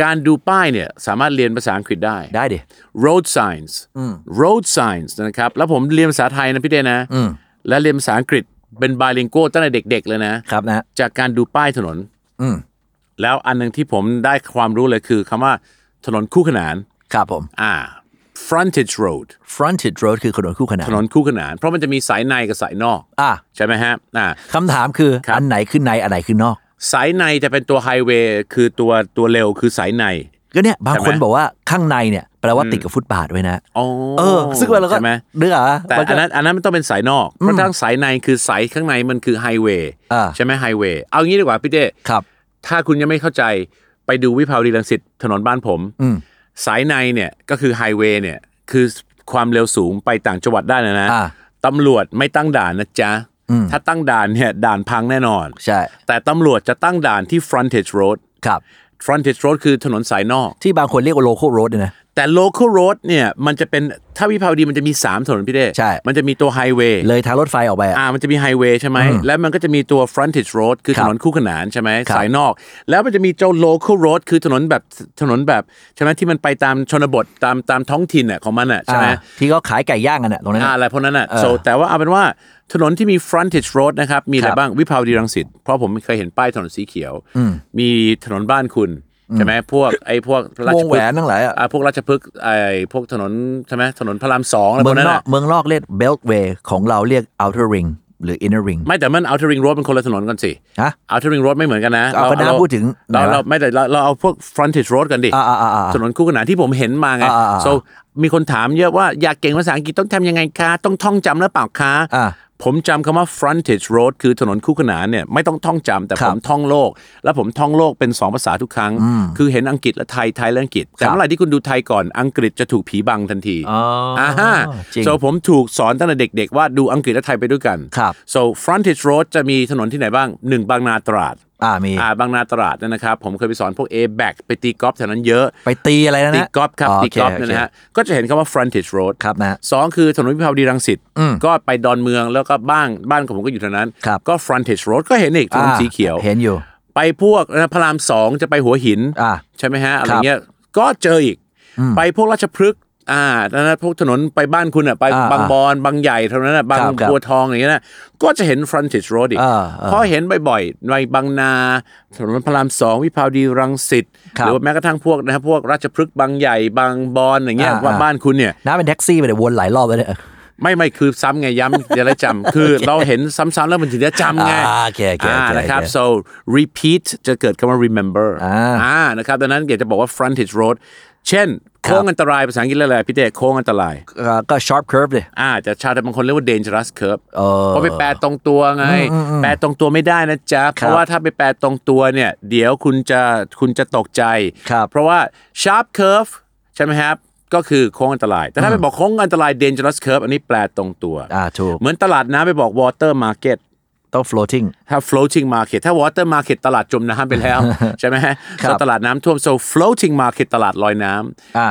D: การดูป้ายเนี่ยสามารถเรียนภาษาอังกฤษได้
C: ได้ดิ
D: road signs road signs นะครับ แล้วผมเรียนภาษาไทยนะพี่เต้นะ และเรียนภาษาอังกฤษเป็นบ i l i n g u a l ตั้งแต่เด็ก ๆ เลยนะ
C: ครับนะ
D: จากการดูป้ายถนน
C: อืม
D: แล้วอันหนึงที่ผมได้ความรู้เลยคือคำว่าถนนคู่ขนาน
C: ครับผม
D: อ่า frontage road
C: frontage road คือถนนคู่ขนาน
D: ถนนคู่ขนาน เพราะมันจะมีสายในกับสายนอก
C: อ่ะ
D: ใช่ไหมฮะอ่า
C: คำถามคือ
D: ครับ
C: อันไหนคือในอันไหนคือนอก
D: สายในจะเป็นตัวไฮเวย์คือตัวตัวเร็วคือสายใน
C: ก็เนี่ย บางคน
D: ใช่ไหม
C: บอกว่าข้างในเนี่ย แปลว่าติดกับฟุตบาทไว้นะ
D: อ๋อ
C: เออ ซึ่งเราก็
D: ใช่ไหม
C: เนื้ออ่ะ
D: แต่
C: มันก็
D: อันนั้นอันนั้นมันต้องเป็นสายนอกเพราะทั้งสายในคือสายข้างในมันคือไฮเวย์
C: อ่า
D: ใช่ไหมไฮเวย์เอางี้ดีกว่าพี่เต้
C: ครับ
D: ถ้าคุณยังไม่เข้าใจไปดูวิภาวดีรังสิตถนนบ้านผม
C: อืม
D: สายในเนี่ยก็คือไฮเวย์เนี่ยคือความเร็วสูงไปต่างจังหวัดได้นะนะ
C: อ่า
D: ตำรวจไม่ตั้งด่านนะจ๊ะ ถ้าตั้งด่านเนี่ยด่านพังแน่นอน
C: ใช่
D: แต่ตำรวจจะตั้งด่านที่ frontage road
C: ครับ
D: frontage road คือถนนสายนอก
C: ที่บางคนเรียกว่า local road เนี่ยนะ
D: แต่ local road เนี่ยมันจะเป็นถ้าวิภาวดีมันจะมี 3 ถนนพี่เด้
C: ใช่
D: มันจะมีตัวไฮเวย์
C: เลยทางรถไฟออกไปอ่ะ
D: อ่ามันจะมีไฮเวย์ใช่ไหม แล้วมันก็จะมีตัว frontage road คือ
C: ครั
D: ถ
C: บ
D: นนคู่ขนานใช่ไหม
C: ครับ
D: สายนอก แล้วมันจะมีเจ้า local road คือถนนแบบถนนแบบใช่ไหมที่มันไปตามชนบทตามตามท้องถิ่นอ่ะของมันอ่ะใช่ไหม
C: อ่าที่ก็ขายไก่ย่างกันอ่ะตรงนั้น
D: อ่า
C: อ่ะ
D: อะไรพวกนั้นอ่ะ
C: เออ
D: โซแต่ว่าเอาเป็นว่าถนนที่มี frontage road นะครับ มีอะไร
C: ครับ
D: บ้างวิภาวดีรังสิตเพราะผมเคยเห็นป้ายถนนสีเขียว มีถนนบ้านคุณ ใช่ไหมพวกไอ้พวกราชพฤก
C: ว
D: ษ์
C: งแหวนทั้งหลายอ่ะ
D: พวกราชพฤกษ์ไอ้พวกถนนใช่ไหมถนนพระรามสองอะไรพ
C: เมื
D: ว
C: อก ง
D: นั้น
C: นอ
D: อ่ะ
C: กเมืองนอกเรียก beltway ของเราเรียก outer ring หรือ inner ring
D: ไม่แต่มัน outering road เป็นคนละถนนกันสิ
C: ฮะ
D: outering road ไม่เหมือนกันนะ
C: เอาก็น่าพูดถึง
D: เรา
C: ไหนวะ
D: เราไม่แต่เราเราเอาพวก frontage road กันดิ
C: อ่าอ่าอ่าอ่า
D: ถนนคู่ขนานที่ผมเห็นมาไง
C: อ่าอ่าอ่า
D: so มีคนถามเยอะว่าอยากเก่งภาษาอังกฤษต้องทำยังไงคะต้องท่องจำหรือเปล่าคะ
C: อ่า
D: ผมจำคำว่า frontage road คือถนนคู่ขนานเนี่ยไม่ต้องท่องจำแต่
C: ครั
D: ผ
C: บ
D: มท่องโลก แล้วผมท่องโลกเป็น 2 ภาษาทุกครั้ง คือเห็นอังกฤษและไทย ไทยและอังกฤษแต่เมื่อไหร่ที่คุณดูไทยก่อนอังกฤษจะถูกผีบังทันที
C: อ๋ออ่
D: ฮะ
C: จริง
D: โซผมถูกสอนตั้งแต่เด็ก ๆ ว่าดูอังกฤษและไทยไปด้วยกัน
C: ครับ
D: so frontage road จะมีถนนที่ไหนบ้าง 1 บางนาตราด
C: อ่ามี
D: อ่าบางนาตราดเนยนะครับ ผมเคยไปสอนพวก A back ไปตีกอล์ฟแถวนั้นเยอะ
C: ไปตีอะไรนะ
D: ตี
C: นะ
D: กอล์ฟครับ
C: โ
D: ตีกอล์ฟ
C: โ
D: เนี่ยนะฮะก็จะเห็นคำว่า frontage road
C: ครับนะ
D: สองคือถนนวิภาวดีรังสิตก็ไปดอนเมืองแล้วก็บ้านบ้านของผมก็อยู่แถวนั้น
C: ครับ
D: ก็ frontage road ก็เห็นอีกถนน
C: อ่า
D: สีเขียว
C: เห็นอยู่
D: ไปพวกนะพระรามสองจะไปหัวหิน
C: อ่า
D: ใช่ไหมฮะ อะไร
C: ครับ
D: เงี้ยก็เจออีก ไปพวกราชพฤกษ์อ่านะพวกถนนไปบ้านคุณอ่ะไป
C: อ่า
D: บางบอนบางใหญ่เท่านั้นอ่ะบาง
C: ครับครับ
D: บัวทองอย่างเงี้ยนะก็จะเห็น frontage road อีก
C: อ่าอ่า
D: เพราะเห็นบ่อยๆในบางนาถนนพระรามสองวิภาวดีรังสิต
C: ครับ
D: หรือว่าแม้กระทั่งพวกนะครับพวกราชพฤกษ์บางใหญ่บางบอนอย่างเงี้ย
C: อ่า
D: ว่า
C: อ่า
D: บ้านคุณเนี่ย
C: น้าเป็นแท็กซี่ไปเดี๋ยววนหลายรอบเลยเนี่ย
D: ไม่ไม่คือซ้ำไงย้ำ จะได้ จำคือเราเห็นซ้ำๆแล้วมันถึงจะจำไง
C: อ่าโอเคโอเค
D: อ่า
C: โอเค
D: นะครับ
C: โอเค
D: so repeat จะเกิดคำว่า remember
C: อ่า
D: นะครับดังนั้นอยากจะบอกว่า frontage road เช่น
C: ครับ
D: โค้งอันตรายภาษาอังกฤษเรียกอะไรพี่เต้โค้งอันตราย
C: เอ่อก็ sharp curve เลย
D: อ่าแต่ชาวไทยบางคนเรียกว่า dangerous curve
C: เออ
D: เพราะไปแปลตรงตัวไง แปลตรงตัวไม่ได้นะจ๊ะ เพราะว่าถ้าไปแปลตรงตัวเนี่ย เดี๋ยวคุณจะคุณจะตกใจ
C: ครับ
D: เพราะว่า sharp curve ใช่ไหมครับ ก็คือโค้งอันตราย แต่ถ้าไปบอกโค้งอันตราย dangerous curve อันนี้แปลตรงตัว
C: อ่าถูก
D: เหมือนตลาดน้ำไปบอก water market
C: ต้อง floating
D: ถ้า floating market ถ้า water market ตลาดจมน้ำไป แล้ว ใช่ไหมฮะ
C: ครับ
D: ส่วนตลาดน้ำท่วม so floating market ตลาดลอยน้ำ
C: อ่า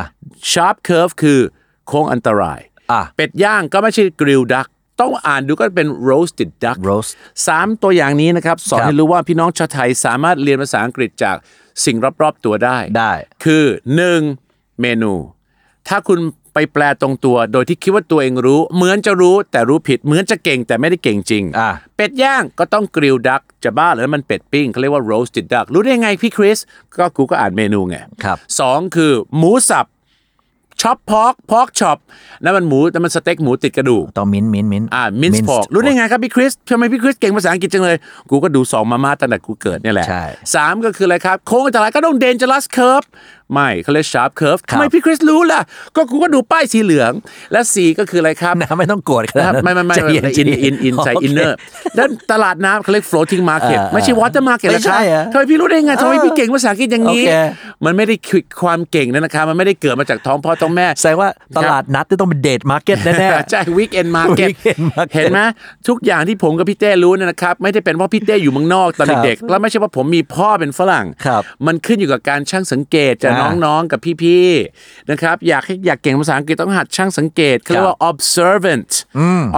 D: sharp curve คือโค้งอันตราย
C: อ่า
D: เป็ดย่างก็ไม่ใช่ grill duck ต้องอ่านดูก็เป็น roasted duck
C: roast
D: สามตัวอย่างนี้นะครับ สอน
C: ครับ
D: ให้รู้ว่าพี่น้องชาวไทยสามารถเรียนภาษาอังกฤษจากสิ่งรอบๆตัวได้
C: ได้
D: คือ 1. เมนู ถ้าคุณไปแปลตรงตัว โดยที่คิดว่าตัวเองรู้ เหมือนจะรู้แต่รู้ผิด เหมือนจะเก่งแต่ไม่ได้เก่งจริง
C: อ่า
D: เป็ดย่างก็ต้องกริลดักจะบ้าเหรือมันเป็ดปิ้งเขาเรียกว่า roasted duck รู้ได้ไงพี่คริส ก็กูก็อ่านเมนูไง
C: ครับ
D: สองคือหมูสับช็อปพอกพอกช็อปนั่นมันหมูแต่มันสเต็กหมูติดกระดูก
C: ต้องมิ้นมิ้นมิ้น
D: อ่ามินส์พอกรู้ได้ไงครับพี่คริสทำไมพี่คริสเก่งภาษาอังกฤษจังเลย กูก็ดูสองมาม่าตั้งแต่กูเกิดเนี่ยแหละ
C: ใช่
D: สามก็คืออะไรครับ โค้งอันตรายก็ต้องเดนจ o u ัสเคิร์ฟ ไม่เขาเรียก sharp curve
C: ครับ
D: ทำไมพี่คริสรู้ล่ะ ก็กูก็ดูป้ายสีเหลือง และสีก็คืออะไรครับ
C: นะไม่ต้องโกรธค
D: นะค
C: รับ
D: รั
C: บ
D: ไม่ไม่ไม่
C: ใจ เย็
D: ใน
C: น
D: อินอินอินใจ
C: โค
D: อินเนอร์ด้านตลาดน้ำเขาเรียก floating market
C: เออเออ
D: ไม่ใช่ water market
C: ไม่
D: แล้วค
C: ใช่
D: รับ
C: เหรอ
D: ทำไมพี่รู้ได้ไงทำไมพี่เก่งภาษาอังกฤษอย่างนี้
C: โอเค
D: มันไม่ได้คือความเก่งนะนะครับมันไม่ได้เกิดมาจากท้องพ่อท้องแม่
C: แสดงว่าตลาดนัดต้องเป็นเดทมาร์เก็ตแน่
D: ใช่ weekend market
C: Weekend market
D: เห็นไหมทุกอย่างที่ผมกับพี่เต้รู้เนยนะครับ ไม่ได้เป็นเพราะพี่เต้อยู่เมืองนอกตอน
C: ครับ
D: เด็กๆแล้วไม่ใช่ว่าผมมีพ่อเป็นฝรั่ง
C: ครับ
D: มันขึ้นอยู่กับการช่างสังเกตจาก
C: อ่า
D: น้องๆกับพี่ๆนะครับอยากให้อยากเก่งภาษาอังกฤษต้องหัดช่างสังเกตเขาเรียกว่า observant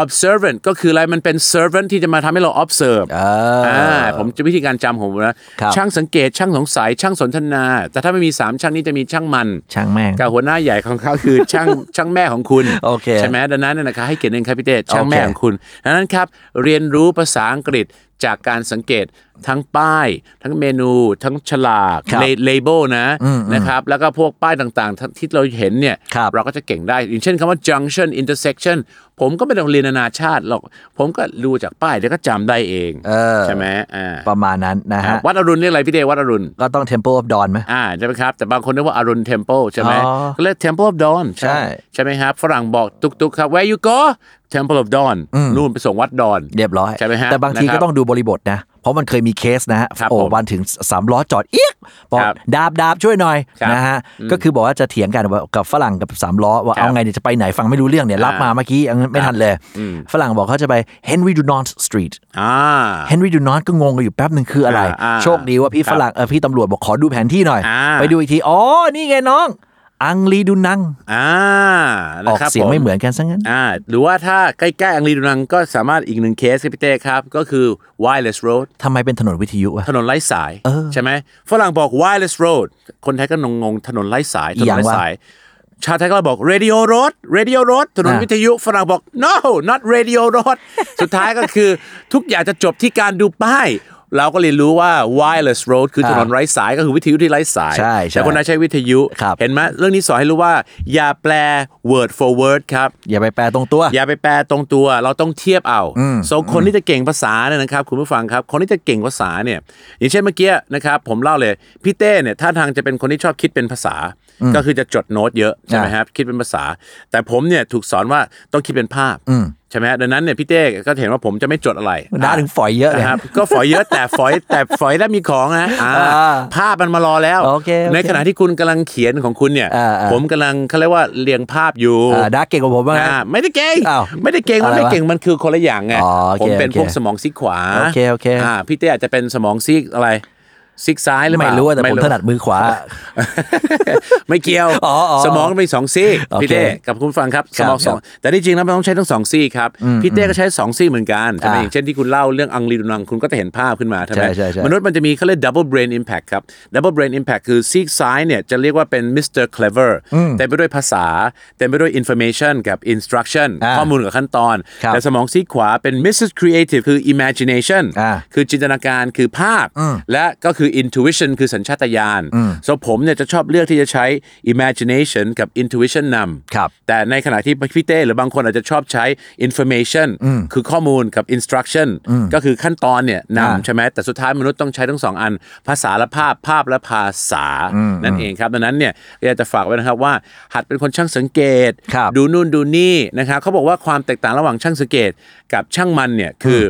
D: observant ก็คืออะไรมันเป็น servant ที่จะมาทำให้เรา observe
C: อ่า
D: อ่าผมจะวิธีการจำของผมนะครับ ช่างสังเกตช่างสงสัยช่างสนทนา แต่ถ้าไม่มีสามช่างนี้จะมีช่างมัน
C: ๆช่างแม่ง
D: กับหัวหน้าใหญ่ของเขาคือ ช่างช่างแม่ของคุณ
C: โอเค
D: ใช่ไหมดังนั้นเนยนะครับให้เกียรติเองครับพี่เต้ช่าง
C: โอเค
D: แม่ของคุณดังนั้นครับเรียนรู้ภาษาอังกฤษจากการสังเกตทั้งป้าย ทั้งเมนู ทั้งฉลาก
C: ครับ
D: เลเบลนะนะครับแล้วก็พวกป้ายต่างๆทั้งที่เราเห็นเนี่ย
C: ครับ
D: เราก็จะเก่งได้อย่างเช่นคำว่า junction intersection ผมก็ไม่ต้องเรียนนานาชาติหรอกผมก็รู้จากป้ายแล้วก็จำได้เอง
C: เออ
D: ใช่ไหมอ่า
C: ประมาณนั้นนะฮะ
D: วัดอรุณเรียกอะไรพี่เต้วัดอรุณ
C: ก็ต้อง Temple of Dawn ไหม
D: อ่าใช่ไหมครับ แต่บางคนเรียกว่าอรุณเทมเพิลใช่ไหม
C: อ๋อ
D: ก็เรียก Temple of Dawn
C: ใช่
D: ใช่ไหมครับ ฝรั่งบอกตุกๆครับ where you go Temple of Dawn
C: อืม
D: นู่นไปส่งวัดดอน
C: เรียบร้อย
D: ใช่ไหมฮะ
C: แต่บางที
D: นะครับ
C: ก็ต้องดูบริบทนะ เพราะมันเคยมีเคสนะฮะ
D: ครับ
C: โอ้
D: ผม
C: วันถึงสามล้อจอดเอียกบอก
D: ครับ
C: ดาบดาบช่วยหน่อย
D: ครับ
C: นะฮะก็คือบอกว่าจะเถียงกันว่ากับฝรั่งกับสามล้อว่า
D: ครับ
C: เอาไงเนี่ยจะไปไหนฟังไม่รู้เรื่องเนี่ยรับ
D: อ่าม
C: มาเมื่อกี้ยังไม่ทันเลย ฝรั่งบอกเขาจะไป Henry Dunant Street
D: อ่า
C: Henry Dunant ก็งงกันอยู่แป๊บหนึ่งคืออะไร
D: อ่าอ่า
C: โชคดีว่าพี่ฝรั่งเออพี่ตำรวจบอกขอดูแผนที่หน่อย
D: อ่า
C: ไปดูอีกทีอ๋อนี่ไงน้อง อังลีดุนัง
D: อ่า
C: อ
D: นะ
C: อก
D: ครับ
C: เสียง
D: ผ
C: ไม่เหมือนกันซะงั้น
D: อ่าหรือว่าถ้าใกล้ๆอังรีดูนังก็สามารถอีกหนึ่งเคสครับพี่เต้ครับ ก็คือ wireless road
C: ทำไมเป็นถนนวิทยุวะ
D: ถนนไร้สาย
C: เออ
D: ใช่ไหมฝรั่งบอก wireless road คนไทยก็งงๆถนนไร้สายถนนไร้สาย ชาวไทยก็บอก radio road radio road ถนน
C: อ่า
D: วิทยุฝรั่งบอก no not radio road สุดท้ายก็คือ ทุกอย่างจะจบที่การดูป้าย เราก็เรียนรู้ว่า wireless road คือถนนไร้สายก็คือวิทยุที่ไร้สาย
C: ใช่ใช่
D: แต่คนไทยใช้วิทยุ
C: ครับ
D: เห็นไหมเรื่องนี้สอนให้รู้ว่า อย่าแปล word for word ครับ
C: อย่าไปแปลตรงตัว
D: อย่าไปแปลตรงตัวเราต้องเทียบเอา
C: อืม
D: โซคนที่จะเก่งภาษาเนี่ยนะครับคุณผู้ฟังครับ คนที่จะเก่งภาษาเนี่ยอย่างเช่นเมื่อกี้นะครับผมเล่าเลยพี่เต้เนี่ยท่าทางจะเป็นคนที่ชอบคิดเป็นภาษา ก็คือจะจดโน้ตเยอะใช่ไหม
C: อ่ะ
D: ครับคิดเป็นภาษา แต่ผมเนี่ยถูกสอนว่าต้องคิดเป็นภาพ
C: อืม
D: ใช่ไหมฮะดังนั้นเนี่ยพี่เต้ก็เห็นว่าผมจะไม่จดอะไร
C: ด่าถึงฝอยเยอะเลย
D: นะครับก็ฝอยเยอะแต่ ฝอยแต่ฝอยแล้วมีของนะอ่า
C: อ่า
D: ภาพมันมารอแล้ว
C: โอเคโอเค
D: ในขณะที่คุณกำลังเขียนของคุณเนี่ย
C: อ่าอ่า
D: ผมกำลังเขาเรียกว่าเรียงภาพอยู่
C: อ่าด่าเก่งกว่าผมบ้างนะ
D: อ่าไม่ได้เก่ง
C: อ้าว
D: ไม่ได้เก่งมัน
C: อะไร
D: ไม่
C: วะ
D: เก่งมันคือคนละอย่างไง
C: อ๋อโอเค
D: ผมเป็น
C: โอเค
D: พวกสมองซีกขวา
C: โอเคโอเค
D: พี่เต้อาจจะเป็นสมองซีกอะไรซีกซ้ายหรือเป
C: ไม่
D: ล่า
C: รู้แต่ผมถนัดมือขวา
D: ไม่เกี่ยว
C: อ๋ออ๋อ
D: สมองเป็นสองซีก
C: โอเค
D: พี่เต้กับคุณผู้ฟังครับ
C: ค
D: ส
C: รับ
D: มองสองแต่ที่จริงแล้วมันต้องใช้ทั้งสองซีกครับพี่เต้ก็ใช้สองซีกเหมือนกันใช่ไหม
C: อ่า
D: อย่างเช่นที่คุณเล่าเรื่องอังรีดุนังคุณก็จะเห็นภาพขึ้นมาใช่ไหม
C: ใช่ใช่ใช่
D: มนุษย์มันจะมีเขาเรียก double brain impact ครับ double brain impact คือซีกซ้ายเนี่ยจะเรียกว่าเป็น Mr. Clever เต็มไปด้วยภาษาเต็มไปด้วย information กับ instruction
C: อ่า
D: ข้อมูลกับขั้นตอน
C: ครับ
D: แต่สมองซีกขวาเป็น Mrs. Creative คือ imagination
C: อ่า
D: คือจินตนาการคือภาพ และก็คือ intuition คือสัญชาตญาณส่วนผมเนี่ยจะชอบเลือกที่จะใช้ imagination กับ intuition นำ
C: ครับ
D: แต่ในขณะที่พี่เต้หรือบางคนอาจจะชอบใช้ information คือข้อมูลกับ instruction ก็คือขั้นตอนเนี่ยนำใช่ไหมแต่สุดท้ายมนุษย์ต้องใช้ทั้งสองอัน ภาษาและภาพภาพและภาษานั่นเองครับดังนั้นเนี่ยอยากจะฝากไว้นะครับว่าหัดเป็นคนช่างสังเกต
C: ครับ
D: ดูนู่นดูนี่นะครับเขาบอกว่าความแตกต่างระหว่างช่างสังเกตกับช่างมันเนี่ยคือ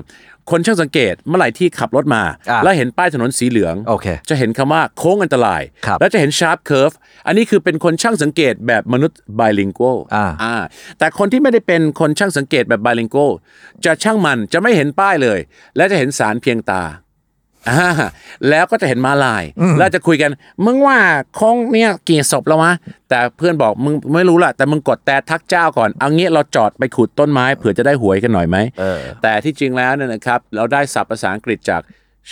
D: คนช่างสังเกตเมื่อไหร่ที่ขับรถมา
C: อ่ะ
D: แล้วเห็นป้ายถนนสีเหลือง
C: โอเค
D: จะเห็นคำว่าโค้งอันตราย
C: ครับ
D: แล้วจะเห็นชาร์ปเคิร์ฟอันนี้คือเป็นคนช่างสังเกตแบบมนุษย์ไบลิงโก
C: อ่า
D: อ่าแต่คนที่ไม่ได้เป็นคนช่างสังเกตแบบไบลิงโกจะช่างมันจะไม่เห็นป้ายเลย และจะเห็นสารเพียงตา อ่าแล้วก็จะเห็นมาลาย แล้วจะคุยกัน มึงว่าคงเนี่ยกี่ศพแล้ววะแต่เพื่อนบอกมึงไม่รู้ล่ะ แต่มึงกดแต่ทักเจ้าก่อน เอางี้เราจอดไปขุดต้นไม้เผื่อจะได้หวยกันหน่อยไหม แต่ที่จริงแล้วเนี่ยนะครับ เราได้ศัพท์ภาษาอังกฤษจาก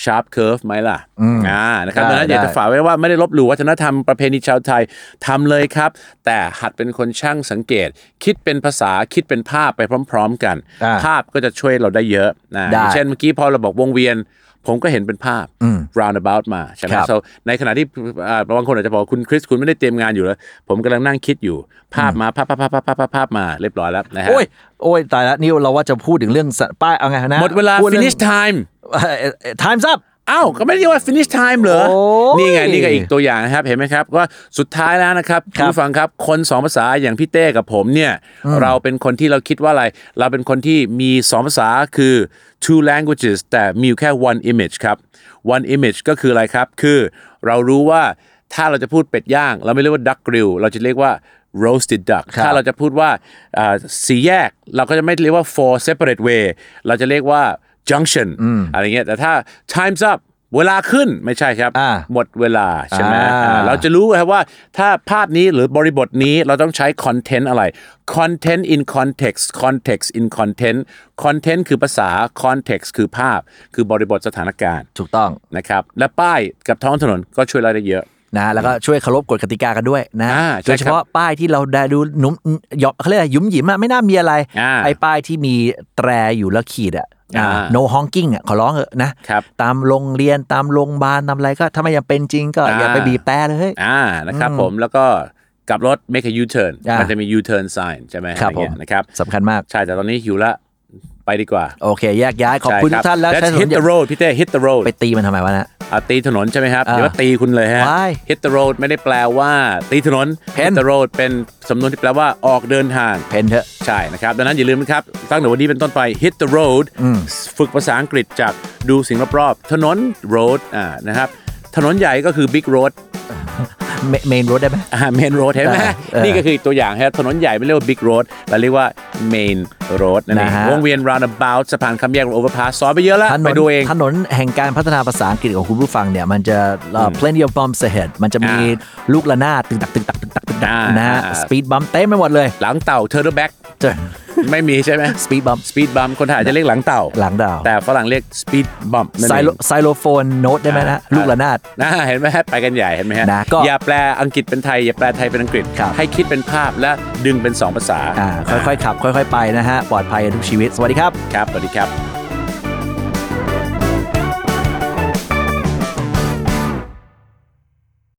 D: sharp curve ไหมล่ะอ่านะครับ
C: ได้
D: ดังนั้นอยาก
C: ได้
D: จะฝากไว้ว่าไม่ได้ลบหลู่วัฒนธรรมประเพณีชาวไทยทำเลยครับ แต่หัดเป็นคนช่างสังเกต คิดเป็นภาษาคิดเป็นภาพไปพร้อม ๆ กัน
C: อ่า
D: ภาพก็จะช่วยเราได้เยอะนะ
C: ได้
D: อย่างเช่น เมื่อกี้พอเราบอกวงเวียน ผมก็เห็นเป็นภาพ roundabout มาใช่ไหม
C: ครับ
D: so ในขณะที่อ่าบางคนอาจจะบอกว่าคุณคริสคุณไม่ได้เตรียมงานอยู่แล้ว ผมกำลังนั่งคิดอยู่ภาพมาภาพภาพภาพภาพภาพภาพภาพมาเรียบร้อยแล้วนะฮะ
C: โอ้ยโอ้ยตายแล้วนี่เราว่าจะพูดถึงเรื่องสะป้ายเอาไงนะ
D: หมดเวลา
C: พูดเรื่อง
D: finish time
C: เอ่อ times up
D: อ้าวก็ไม่ได้ว่า finish time เหรอ
C: โอ้ย
D: นี่ไง นี่ก็อีกตัวอย่างนะครับ เห็นไหมครับว่าสุดท้ายแล้วนะครับ
C: ครับ
D: ณผู้ฟังครับคนสองภาษาอย่างพี่เต้กับผมเนี่ย เราเป็นคนที่เราคิดว่าอะไร เราเป็นคนที่มีสองภาษาคือ two languages แต่มีอยู่แค่ one image ครับ one image ก็คืออะไรครับ คือเรารู้ว่าถ้าเราจะพูดเป็ดย่าง เราไม่เรียกว่า duck grill เราจะเรียกว่า roasted duck
C: ครับ
D: ถ้าเราจะพูดว่าอ่าสี่แยก เราก็จะไม่เรียกว่า four separate way เราจะเรียกว่า junction อะไรเงี้ยแต่ถ้า times up เวลาขึ้นไม่ใช่ครับ
C: อ่า
D: หมดเวลาใช่ไหม
C: อ่า
D: อ่าเราจะรู้ครับว่าถ้าภาพนี้หรือบริบทนี้เราต้องใช้คอนเทนต์อะไร content in context context in content content คือภาษา context คือภาพ คือบริบทสถานการณ์
C: ถูกต้อง
D: นะครับ และป้ายกับท้องถนนก็ช่วยเราได้เยอะ
C: นะแล้วก็ช่วยเคารพกฎกติกากันด้วยนะ
D: อ่าใช่
C: โดยเฉพาะป้ายที่เราได้ดูหนุ่มหยอกเขาเรียกอะไรหยุ่มหยิมอะไม่น่ามีอะไร
D: อ่า
C: ไอ้ป้ายที่มีแตรอยู่แล้วขีดอะ
D: อ่า
C: อ่า no honking อะขอร้องเถอะนะครับตามโรงเรียนตามโรงพยาบาลตามอะไรก็ถ้าไม่ยังเป็นจริงก็อย่า
D: อ่า
C: ไปบีบแตรเลย
D: อ่านะครับผมแล้วก็กลับรถ make a U turn
C: อ่ามั
D: มันจะมี U turn sign ใช่ไหม
C: ครับ
D: อะไเงี้ย
C: ผม
D: นะครับ
C: สำคัญมาก
D: ใช่แต่ตอนนี้หิวละไปดีกว่า
C: โอเค แยกย้ายขอบคุณ
D: ใช่
C: ทุก
D: รับ
C: ท่านแล้ว
D: Let's
C: ใช้ถน
D: hit
C: นอย่า
D: the road พี่เต้ hit the road
C: ไปตีมันทำไมวะนะ
D: อาตีถนนใช่ไหมครับ
C: อ่า
D: เดี๋ยวว่าตีคุณเลยฮะ
C: ว้าย
D: hit the road ไม่ได้แปลว่า ตีถนน
C: เพน
D: hit the road เป็นสำนวนที่แปลว่าออกเดินทาง
C: เพนเถอะ
D: ใช่นะครับ ดังนั้นอย่าลืมนะครับ ตั้งแต่วันนี้เป็นต้นไป hit the road ฝึกภาษาอังกฤษจากดูสิ่งรอบๆถนน road อ่านะครับ ถนนใหญ่ก็คือ big road
C: เมนรถได้ไหม
D: อ่า main road เห็นไหม
C: อ่าเออ
D: นี่ก็คือตัวอย่างครับถนนใหญ่ไม่เรียกว่า big road เราเรียกว่า main road นั่นเอง
C: นะฮะ
D: วงเวียน roundabout สะพานข้ามแยก overpass ซ้อนไปเยอะแล้ว
C: ถน
D: ไป
C: น
D: ดูเอง
C: ถนนแห่งการพัฒนาภาษาอังกฤษของคุณผู้ฟังเนี่ย มันจะเอ่อ plenty of bumps ahead มันจะมี
D: อ่
C: ลูกระนาดตึงตักตึงตักตึงตักตึงตัก
D: อ่า
C: นะฮะ
D: อ่า
C: speed bump เต็มไปหมดเลย
D: หลังเต่า turtle back
C: เจอ
D: ไม่มีใช่ไหม
C: speed bump
D: สปีดบัมคนไทยอาจจะเรียกหลังเต่า
C: หลังดาว
D: แต่ฝรั่งเรียกสปีดบัม
C: ไซโลไซโลโฟนโน้ตได้ไหมนะ ลูกระนาด
D: นะเห็นไหมฮะไปกันใหญ่เห็นไหมฮะ
C: นะก็
D: อย่าแปลอังกฤษเป็นไทย อย่าแปลไทยเป็นอังกฤษ
C: ครับ
D: ให้คิดเป็นภาพและดึงเป็นสองภาษา
C: อ่าค่อยๆขับ ค่อยๆไปนะฮะ ปลอดภัยกับทุกชีวิต สวัสดีครับ
D: ครับสวัสดีครับ